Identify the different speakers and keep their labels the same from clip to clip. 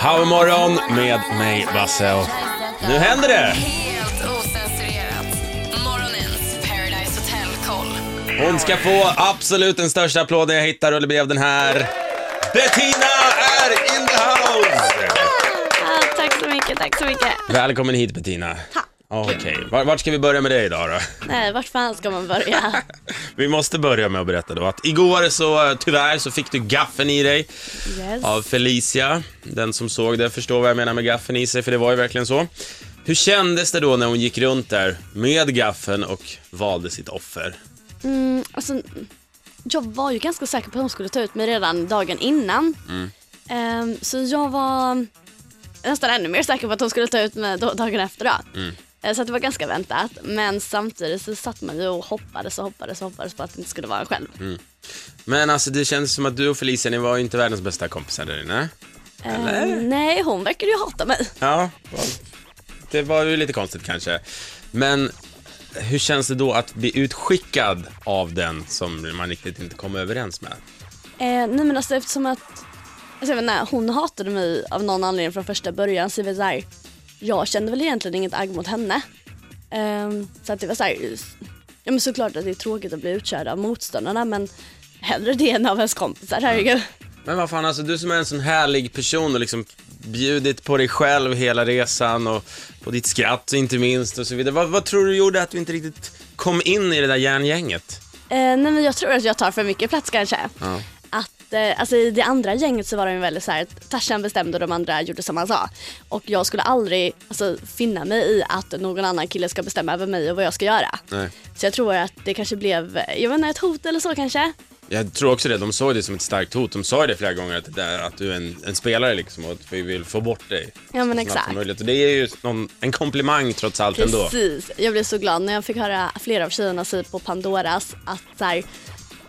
Speaker 1: How morgon med mig, Basse. och Nu händer det!
Speaker 2: Helt osensurerat. Morgonens Paradise Hotel-koll.
Speaker 1: Hon ska få absolut den största applåden jag hittar och det blev den här. Bettina är in the house!
Speaker 3: Ah, tack så mycket, tack så mycket.
Speaker 1: Välkommen hit Bettina. Okej, var- vart ska vi börja med dig idag då?
Speaker 3: Nej, Eh, vart fan ska man börja?
Speaker 1: Vi måste börja med att berätta då att igår så eh, tyvärr så fick du gaffen i dig
Speaker 3: Yes.
Speaker 1: av Felicia. Den som såg det förstår vad jag menar med gaffen i sig för det var ju verkligen så. Hur kändes det då när hon gick runt där med gaffen och valde sitt offer?
Speaker 3: Mm, alltså, jag var ju ganska säker på att hon skulle ta ut mig redan dagen innan. Ehm, så jag var nästan ännu mer säker på att hon skulle ta ut mig då, dagen efter. Då. Eh, Så att det var ganska väntat. Men samtidigt så satt man ju och hoppades och hoppades och hoppades på att det inte skulle vara en själv.
Speaker 1: Men alltså det kändes som att du och Felicia, ni var ju inte världens bästa kompisar där inne.
Speaker 3: Ehm, nej, hon verkade ju hata mig.
Speaker 1: Ja, det var ju lite konstigt kanske. Men hur känns det då att bli utskickad av den som man riktigt inte kom överens med?
Speaker 3: Eh, nej men alltså eftersom att alltså, jag vet inte, hon hatade mig av någon anledning från första början så det var så här, jag kände väl egentligen inget agg mot henne. Ehm, så att det var så här, ja men såklart att det är tråkigt att bli utkörd av motståndarna men hellre det än av ens kompisar, herregud.
Speaker 1: Men vad fan, alltså du som är en sån härlig person och liksom bjudit på dig själv hela resan och på ditt skratt inte minst och så vidare. Vad, vad tror du gjorde att du inte riktigt kom in i det där järngänget?
Speaker 3: Eh, nej men jag tror att jag tar för mycket plats kanske.
Speaker 1: Ja.
Speaker 3: Att, eh, alltså, I det andra gänget så var de väldigt så här, Tarzan bestämde och de andra gjorde som han sa. Och jag skulle aldrig alltså, finna mig i att någon annan kille ska bestämma över mig och vad jag ska göra.
Speaker 1: Nej.
Speaker 3: Så jag tror att det kanske blev, jag vet inte, ett hot eller så kanske.
Speaker 1: Jag tror också det, de såg det som ett starkt hot. De sa ju det flera gånger att, det där, att du är en, en spelare liksom och att vi vill få bort dig.
Speaker 3: Ja men
Speaker 1: så snabbt som
Speaker 3: exakt.
Speaker 1: möjligt. Och det är ju någon, en komplimang trots allt ändå.
Speaker 3: Precis. Jag blev så glad när jag fick höra flera av tjejerna säga på Pandoras att så här,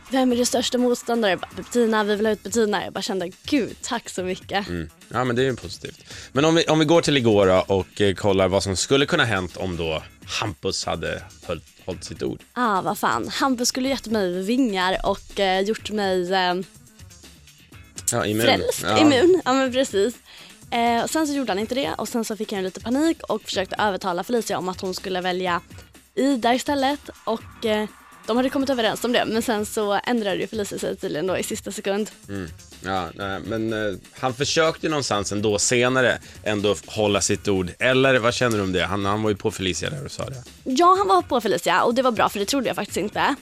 Speaker 3: vem är din största motståndare? Jag bara, Bettina, vi vill ha ut Bettina. Jag bara kände, gud tack så
Speaker 1: Mm.
Speaker 3: mycket.
Speaker 1: Ja, men det är ju positivt. Men om vi, om vi går till igår då och eh, kollar vad som skulle kunna hänt om då Hampus hade höll, hållit sitt ord.
Speaker 3: Ah, vad fan. Hampus skulle gett mig vingar och eh, gjort mig eh,
Speaker 1: Ja, immun.
Speaker 3: frälst,
Speaker 1: Ja.
Speaker 3: immun. Ja, men precis. Eh, och sen så gjorde han inte det och sen så fick han lite panik och försökte övertala Felicia om att hon skulle välja Ida istället och eh, de hade kommit överens om det men sen så ändrade ju Felicia sig tydligen då i sista sekund.
Speaker 1: Mm. Ja, nej, men eh, han försökte ju någonstans ändå senare ändå hålla sitt ord. Eller vad känner du om det? Han, han var ju på Felicia där och sa det.
Speaker 3: Ja, han var på Felicia och det var bra för det trodde jag faktiskt inte.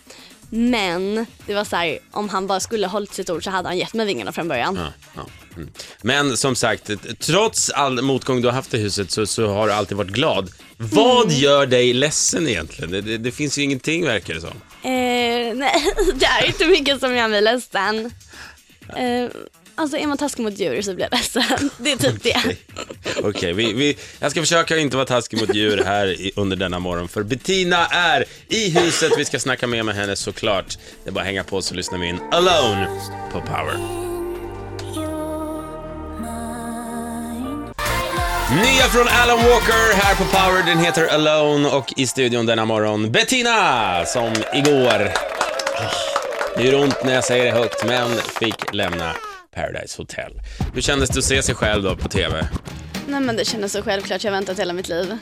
Speaker 3: Men det var så här, om han bara skulle hållit sitt ord så hade han gett mig vingarna från början.
Speaker 1: Ja, ja. Mm. Men som sagt, eh, trots all motgång du har haft i huset så, så har du alltid varit glad. Vad gör dig ledsen egentligen? Det, det, det finns ju ingenting verkar det som.
Speaker 3: Eh, nej, det är inte mycket som gör mig ledsen. Eh, alltså är man taskig mot djur så blir jag ledsen. Det är typ det.
Speaker 1: Okej, vi, vi, jag ska försöka inte vara taskig mot djur här i, under denna morgon, för Bettina är i huset. Vi ska snacka mer med henne såklart. Det är bara att hänga på så lyssnar vi in Alone på Power. Nya från Alan Walker här på Power. Den heter Alone och i studion denna morgon Bettina, som igår det gör ont när jag säger det högt, men fick lämna Paradise Hotel. Hur kändes det att se sig själv då på TV?
Speaker 3: Nej men det kändes så självklart, jag har väntat hela mitt liv.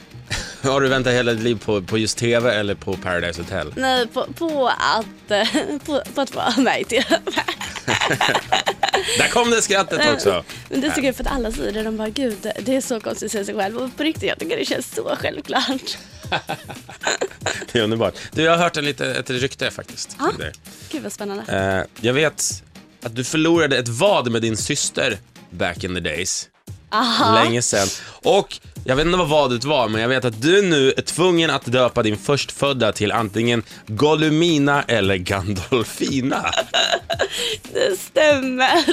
Speaker 1: Har du väntat hela ditt liv på, på just TV eller på Paradise Hotel?
Speaker 3: Nej, på, på att... eh, På, på att vara mig till
Speaker 1: Där kom det
Speaker 3: Eh.
Speaker 1: skrattet också.
Speaker 3: Men det är så kul för att alla säger det, de bara gud det är så konstigt att säga sig själv och på riktigt jag tycker det känns så självklart.
Speaker 1: Det är underbart. Du, jag har hört en lite, ett rykte faktiskt.
Speaker 3: Ja.
Speaker 1: om dig.
Speaker 3: Gud vad spännande.
Speaker 1: Eh, jag vet att du förlorade ett vad med din syster back in the days.
Speaker 3: Aha.
Speaker 1: Länge sedan. Och jag vet inte vad vadet var, men jag vet att du nu är tvungen att döpa din förstfödda till antingen Golumina eller Gandolfina.
Speaker 3: Det stämmer.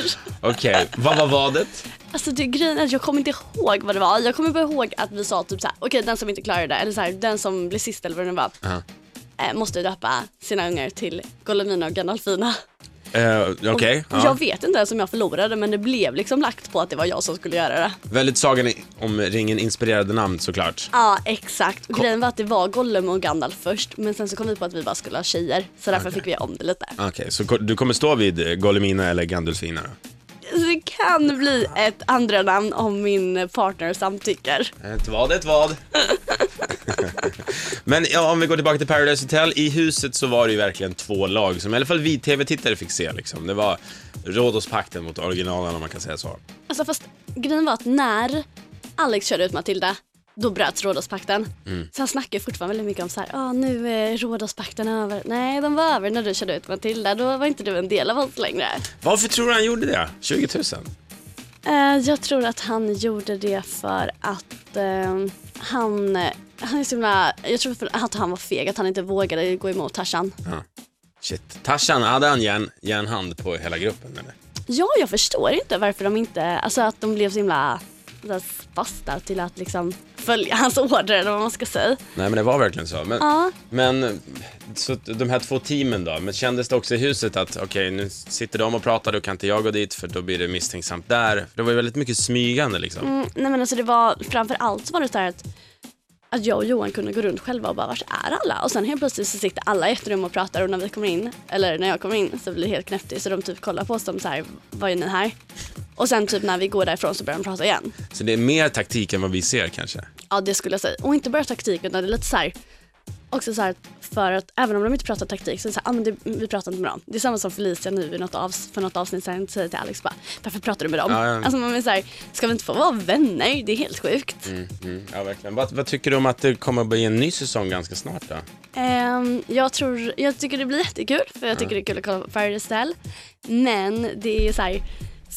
Speaker 1: Okej, vad var vadet?
Speaker 3: Alltså det grejen är att jag kommer inte ihåg vad det var. Jag kommer bara ihåg att vi sa typ såhär, okej den som inte klarar det, eller såhär, den som blir sist eller vad det nu var,
Speaker 1: Ja.
Speaker 3: eh, måste döpa sina ungar till Golomina och Gandalfina.
Speaker 1: Eh, Okej, ja.
Speaker 3: Jag vet inte ens om jag förlorade men det blev liksom lagt på att det var jag som skulle göra det.
Speaker 1: väldigt sagan i- om ringen inspirerade namn såklart.
Speaker 3: Ja exakt. Och grejen var att det var Gollum och Gandalf först men sen så kom vi på att vi bara skulle ha tjejer så därför fick vi göra om det lite.
Speaker 1: Okej, så ko- du kommer stå vid eh, Golumina eller Gandolfina? då?
Speaker 3: det kan bli ett andra namn om min partner samtycker.
Speaker 1: Eh, Ett vad, ett vad. Men ja, om vi går tillbaka till Paradise Hotel. I huset så var det ju verkligen två lag som i alla fall vi tv-tittare fick se. Liksom. Det var Rhodospakten mot originalen om man kan säga så.
Speaker 3: Alltså fast grejen var att när Alex körde ut Matilda då bröts Rhodospakten. Så han snackar ju fortfarande väldigt mycket om så här, ah, nu är Rhodospakten över. Nej, den var över när du körde ut Matilda. Då var inte du en del av oss längre.
Speaker 1: Varför tror du han gjorde det? 20 000?
Speaker 3: Eh, jag tror att han gjorde det för att eh, han, han är så himla, jag tror för att han var feg, att han inte vågade gå emot Tarzan.
Speaker 1: Ja. Shit. Tarzan, hade han järn, järnhand på hela gruppen eller?
Speaker 3: Ja, jag förstår inte varför de inte, alltså att de blev så himla så här fasta till att liksom följa hans order eller vad man ska säga.
Speaker 1: Nej men det var verkligen så. Men,
Speaker 3: Ja.
Speaker 1: men så att de här två teamen då, men kändes det också i huset att okej nu sitter de och pratar, då kan inte jag gå dit för då blir det misstänksamt där. Det var ju väldigt mycket smygande liksom.
Speaker 3: Mm, nej men alltså det var, framför allt så var det så här att, att jag och Johan kunde gå runt själva och bara vart är alla? Och sen helt plötsligt så sitter alla i ett rum och pratar och när vi kommer in, eller när jag kommer in så blir det helt knäpptyst så de typ kollar på oss som så här, vad är ni här? Och sen typ när vi går därifrån så börjar de prata igen.
Speaker 1: Så det är mer taktik än vad vi ser kanske.
Speaker 3: Ja det skulle jag säga. Och inte bara taktik utan det är lite så här, också så här för att även om de inte pratar taktik så är det så här, ah, men det, vi pratar inte med dem. Det är samma som Felicia nu i något avs- för något avsnitt sen säger till Alex bara, varför pratar du med dem?
Speaker 1: Ja, ja.
Speaker 3: Alltså man är så här, ska vi inte få vara vänner? Det är helt sjukt.
Speaker 1: ja verkligen. Vad, vad tycker du om att det kommer att bli en ny säsong ganska snart då?
Speaker 3: Ehm, jag, tror, jag tycker det blir jättekul för jag tycker det är kul att kolla på Paradise Hotel. Men det är ju så här,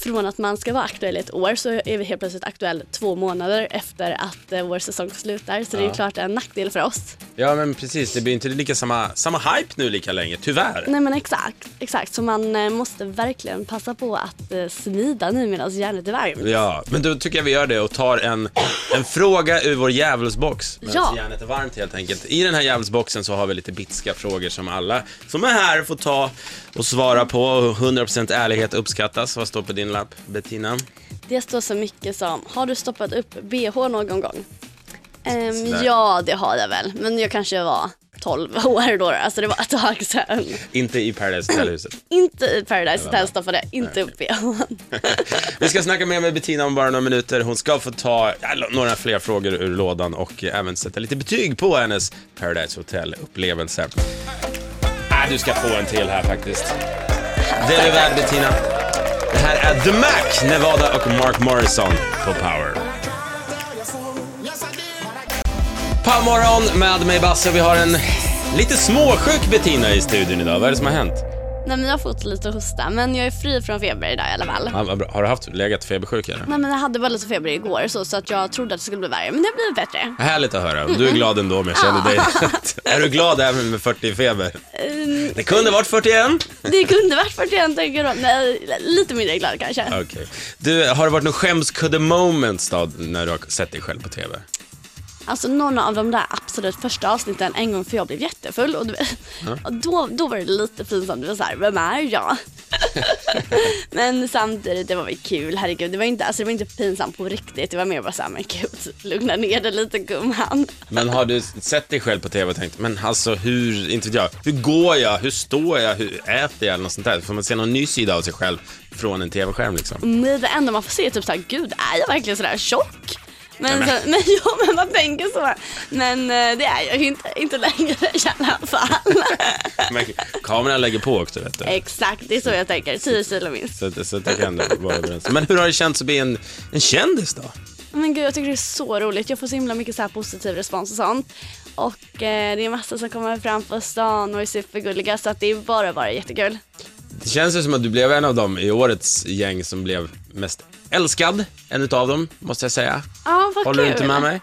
Speaker 3: från att man ska vara aktuell i ett år så är vi helt plötsligt aktuell två månader efter att eh, vår säsong slutar. Så det är ju klart en nackdel för oss.
Speaker 1: Ja men precis, det blir inte lika samma, samma hype nu lika länge, tyvärr.
Speaker 3: Nej men exakt, exakt. Så man eh, måste verkligen passa på att eh, smida nu medan järnet är varmt.
Speaker 1: Ja, men då tycker jag vi gör det och tar en, en fråga ur vår djävulsbox. Men
Speaker 3: Ja.
Speaker 1: järnet är varmt helt enkelt. I den här djävulsboxen så har vi lite bitska frågor som alla som är här får ta och svara på. 100% ärlighet uppskattas. Vad står på din lapp, Bettina?
Speaker 3: Det står så mycket som, har du stoppat upp bh någon gång? Ehm,
Speaker 1: Sådär.
Speaker 3: ja det har jag väl, men jag kanske var 12 år då, alltså det var ett tag sedan.
Speaker 1: Inte i Paradise Hotel-huset.
Speaker 3: Inte i Paradise Hotel stoppade jag inte upp bhn.
Speaker 1: Vi ska snacka mer med Bettina om bara några minuter. Hon ska få ta ja, några fler frågor ur lådan och eh, även sätta lite betyg på hennes Paradise Hotel-upplevelse. Ah, du ska få en till här faktiskt. Det är du värd Bettina. Det här är The Mac, Nevada och Mark Morrison på Power. Powermorgon med mig Basse. Vi har en lite småsjuk Bettina i studion idag. Vad är det som har hänt?
Speaker 3: Nej men jag har fått lite hosta, men jag är fri från feber idag i alla fall.
Speaker 1: Ah, vad bra. Har du haft legat febersjuk eller?
Speaker 3: Nej men jag hade bara lite feber igår så, så att jag trodde att det skulle bli värre, men det har blivit bättre.
Speaker 1: Härligt att höra. Du är glad ändå om jag känner dig rätt. Är du glad även med 40 i feber?
Speaker 3: Ehm,
Speaker 1: Det kunde varit 41.
Speaker 3: det kunde varit 41 tänker jag då. Nej, lite mindre glad kanske.
Speaker 1: Okej. Du, har det varit någon skämskudde moments då när du har sett dig själv på TV?
Speaker 3: Alltså någon av de där absolut första avsnitten en gång för jag blev jättefull och, du, och då, då var det lite pinsamt. Det var såhär, vem är jag? men samtidigt, det var väl kul, herregud. Det var inte, alltså, det var inte pinsamt på riktigt. Det var mer bara såhär, men gud, lugna ner dig lite gumman.
Speaker 1: Men har du sett dig själv på TV och tänkt, men alltså hur, inte vet jag, hur går jag, hur står jag, hur äter jag eller något sånt där? Får man se någon ny sida av sig själv från en TV-skärm liksom?
Speaker 3: Nej, det enda man får se är typ såhär, gud är jag verkligen sådär tjock? Men, men. men, ja, men man tänker så. Men eh, det är jag ju inte, inte längre i alla fall.
Speaker 1: Men kameran lägger på också vet du.
Speaker 3: Exakt, det är så jag tänker. 10 kilo minst.
Speaker 1: Så, att- så att det kan ändå vara överens. Men hur har det känts att bli en, en kändis då?
Speaker 3: Men gud, jag tycker det är så roligt. Jag får så himla mycket så här positiv respons och sånt. Och eh, det är massa som kommer fram på stan och är supergulliga så att det är bara, bara jättekul.
Speaker 1: Det känns ju som att du blev en av dem i årets gäng som blev mest älskad. En utav dem, måste jag säga.
Speaker 3: Ja, vad
Speaker 1: Håller du
Speaker 3: kul.
Speaker 1: inte med mig?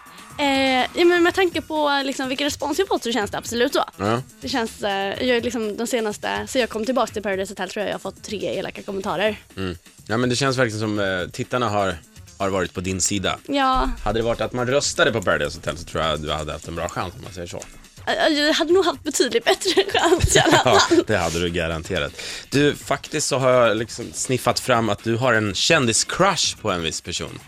Speaker 3: Eh, ja, men med tanke på eh, liksom, vilken respons jag fått så känns det absolut så.
Speaker 1: Ja.
Speaker 3: Det känns, eh, jag är liksom den senaste, så jag kom tillbaka till Paradise Hotel tror jag jag har fått tre elaka kommentarer.
Speaker 1: Mm. ja men det känns verkligen som eh, tittarna har, har varit på din sida.
Speaker 3: Ja,
Speaker 1: Hade det varit att man röstade på Paradise Hotel så tror jag du hade haft en bra chans om man säger så.
Speaker 3: eh, jag hade nog haft betydligt bättre chans i alla fall.
Speaker 1: Ja, det hade du garanterat. Du, faktiskt så har jag liksom sniffat fram att du har en kändis-crush på en viss person.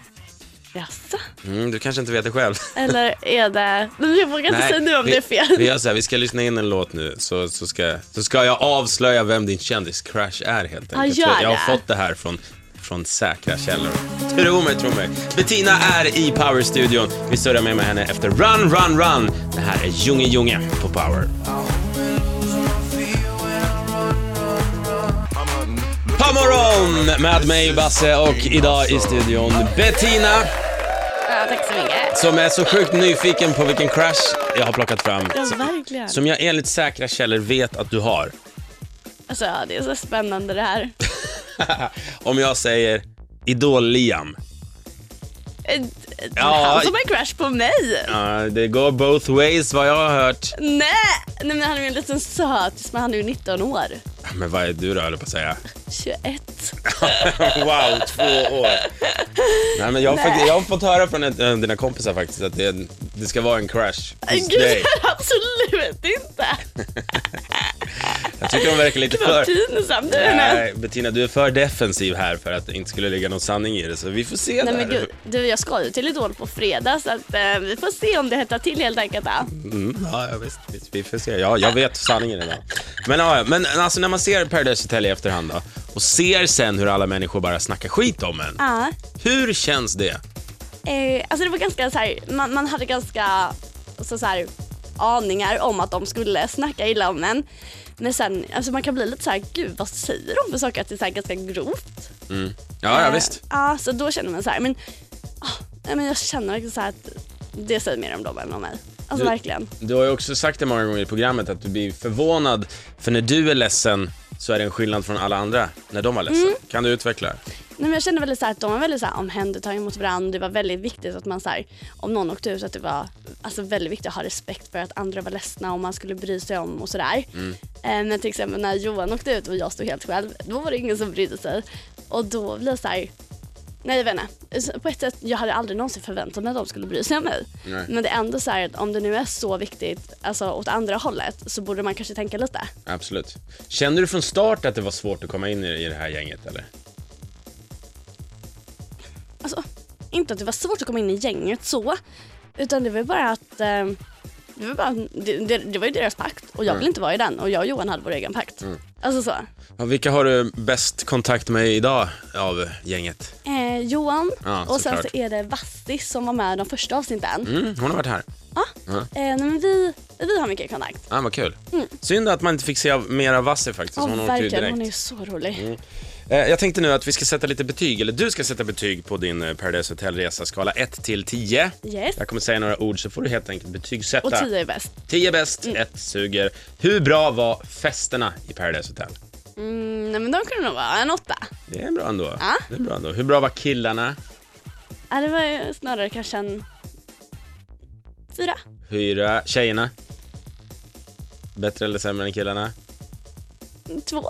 Speaker 3: Jaså?
Speaker 1: Mm, du kanske inte vet det själv.
Speaker 3: Eller är det... Men Jag vågar inte säga Alltså, nu om
Speaker 1: vi,
Speaker 3: det är fel.
Speaker 1: Vi gör så här, vi ska lyssna in en låt nu så, så, ska, så ska jag avslöja vem din kändis-crush är helt enkelt.
Speaker 3: gör
Speaker 1: jag har
Speaker 3: det.
Speaker 1: fått det här från, från säkra källor. Tro mig, tro mig. Bettina är i Power-studion. Vi surrar med, med henne efter Run, Run, Run. Det här är Junge Junge på Power. God morgon med mig, Basse, och idag i studion Bettina
Speaker 3: Ja, tack så mycket.
Speaker 1: som är så sjukt nyfiken på vilken crush jag har plockat fram.
Speaker 3: Ja, verkligen.
Speaker 1: Som jag enligt säkra källor vet att du har.
Speaker 3: Alltså, ja, det är så spännande det här.
Speaker 1: Om jag säger Idol-Liam.
Speaker 3: Eh, Det är
Speaker 1: Ja.
Speaker 3: han som har crush på mig.
Speaker 1: Ja, det går both ways vad jag har hört.
Speaker 3: Nej, nej men han är ju en liten sötis, men han är ju 19 år.
Speaker 1: Men vad är du då, höll jag på att säga.
Speaker 3: 21.
Speaker 1: wow, två år. Nej, men jag, har fakt- jag har fått höra från en, en av dina kompisar faktiskt att det, det ska vara en crush hos dig.
Speaker 3: Gud, absolut inte.
Speaker 1: Jag tycker de verkar lite
Speaker 3: Gud vad
Speaker 1: för...
Speaker 3: pinsam du är nu.
Speaker 1: Nej, Bettina, du är för defensiv här för att det inte skulle ligga någon sanning i det, så vi får se
Speaker 3: Nej
Speaker 1: där.
Speaker 3: men gud, du jag ska ju till Idol på fredag så att eh, vi får se om det hettar till helt enkelt. va?
Speaker 1: Mm, ja, ja, visst, visst, vi får se. Ja, jag vet sanningen idag. Men, ja, ja, men alltså, när man ser Paradise Hotel i efterhand då, och ser sen hur alla människor bara snackar skit om en.
Speaker 3: Ja.
Speaker 1: Hur känns det?
Speaker 3: Eh, alltså det var ganska så här, man, man hade ganska alltså så, så här, aningar om att de skulle snacka illa om en. Men sen, alltså man kan bli lite så här, gud vad säger de för saker? Att det är så här ganska grovt.
Speaker 1: Ja, ja
Speaker 3: Eh,
Speaker 1: visst.
Speaker 3: Ja, så då känner man så här, men, ah, nej, men jag känner verkligen så här att det säger mer om dem än om mig. Alltså
Speaker 1: Du-
Speaker 3: verkligen.
Speaker 1: Du har ju också sagt det många gånger i programmet att du blir förvånad, för när du är ledsen så är det en skillnad från alla andra när de var ledsna.
Speaker 3: Mm.
Speaker 1: Kan du utveckla? det?
Speaker 3: Nej, men jag kände väl så här att de var väldigt så här omhändertagna mot varandra. Det var väldigt viktigt att man så här, om någon åkte ut, att det var alltså, väldigt viktigt att ha respekt för att andra var ledsna och man skulle bry sig om och sådär. Eh, men till exempel när Johan åkte ut och jag stod helt själv, då var det ingen som brydde sig. Och då blev det så här, nej jag vet inte. Alltså, På ett sätt, jag hade aldrig någonsin förväntat mig att de skulle bry sig om mig.
Speaker 1: Nej.
Speaker 3: Men det är ändå så här att om det nu är så viktigt, alltså åt andra hållet, så borde man kanske tänka lite.
Speaker 1: Absolut. Kände du från start att det var svårt att komma in i i det här gänget eller?
Speaker 3: alltså, inte att det var svårt att komma in i gänget så, utan det var bara att eh, det var, bara, det, det, det var ju deras pakt och
Speaker 1: Mm.
Speaker 3: jag vill inte vara i den och jag och Johan hade vår egen pakt. Alltså så.
Speaker 1: Ja, vilka har du bäst kontakt med idag av gänget?
Speaker 3: Eh, Johan
Speaker 1: Ja,
Speaker 3: och sen
Speaker 1: såklart.
Speaker 3: så är det Vastis som var med i de första avsnitten.
Speaker 1: Mm, hon har varit här.
Speaker 3: Ja.
Speaker 1: Ja.
Speaker 3: Eh, nej, men vi, vi har mycket kontakt.
Speaker 1: Ah, vad kul. Synd att man inte fick se mer av Vasse faktiskt.
Speaker 3: Mm. Ja,
Speaker 1: Alltså, hon åkte ju
Speaker 3: verkligen,
Speaker 1: direkt.
Speaker 3: hon är ju så rolig.
Speaker 1: Eh, Jag tänkte nu att vi ska sätta lite betyg, eller du ska sätta betyg på din eh, Paradise Hotel-resa, skala 1 till 10.
Speaker 3: Yes.
Speaker 1: Jag kommer säga några ord så får du helt enkelt betygsätta.
Speaker 3: Och Mm. Tia är bäst.
Speaker 1: 10 bäst, 1 suger. Hur bra var festerna i Paradise Hotel?
Speaker 3: Mm, nej, men de kunde nog vara en åtta.
Speaker 1: Det är bra ändå.
Speaker 3: Ja.
Speaker 1: Det är bra ändå. Hur bra var killarna?
Speaker 3: Ja, det var ju snarare kanske en fyra.
Speaker 1: Hyra. Tjejerna? Bättre eller sämre än killarna?
Speaker 3: Två.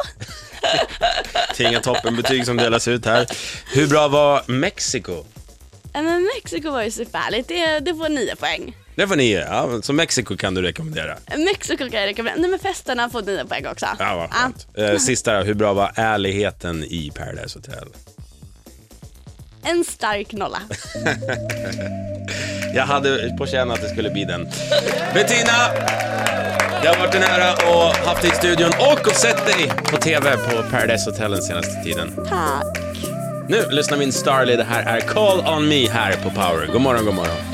Speaker 1: Det är inga toppenbetyg som delas ut här. Hur bra var Mexiko?
Speaker 3: Ja, men Mexiko var ju superhärligt. Det, det får nio poäng.
Speaker 1: Det får ni ge. Ja, så Mexiko kan du rekommendera.
Speaker 3: Mexiko kan jag rekommendera. Nej men festerna får nio poäng också.
Speaker 1: Ja, vad skönt. Eh, Sista då, hur bra var ärligheten i Paradise Hotel?
Speaker 3: Ja, en stark nolla.
Speaker 1: Jag hade på känn att det skulle bli den. Bettina, det har varit en ära att haft dig i studion och att sett dig på TV på Paradise Hotel den senaste tiden.
Speaker 3: Tack.
Speaker 1: Nu lyssnar min Starly, det här är Call On Me här på Power. God morgon, god morgon.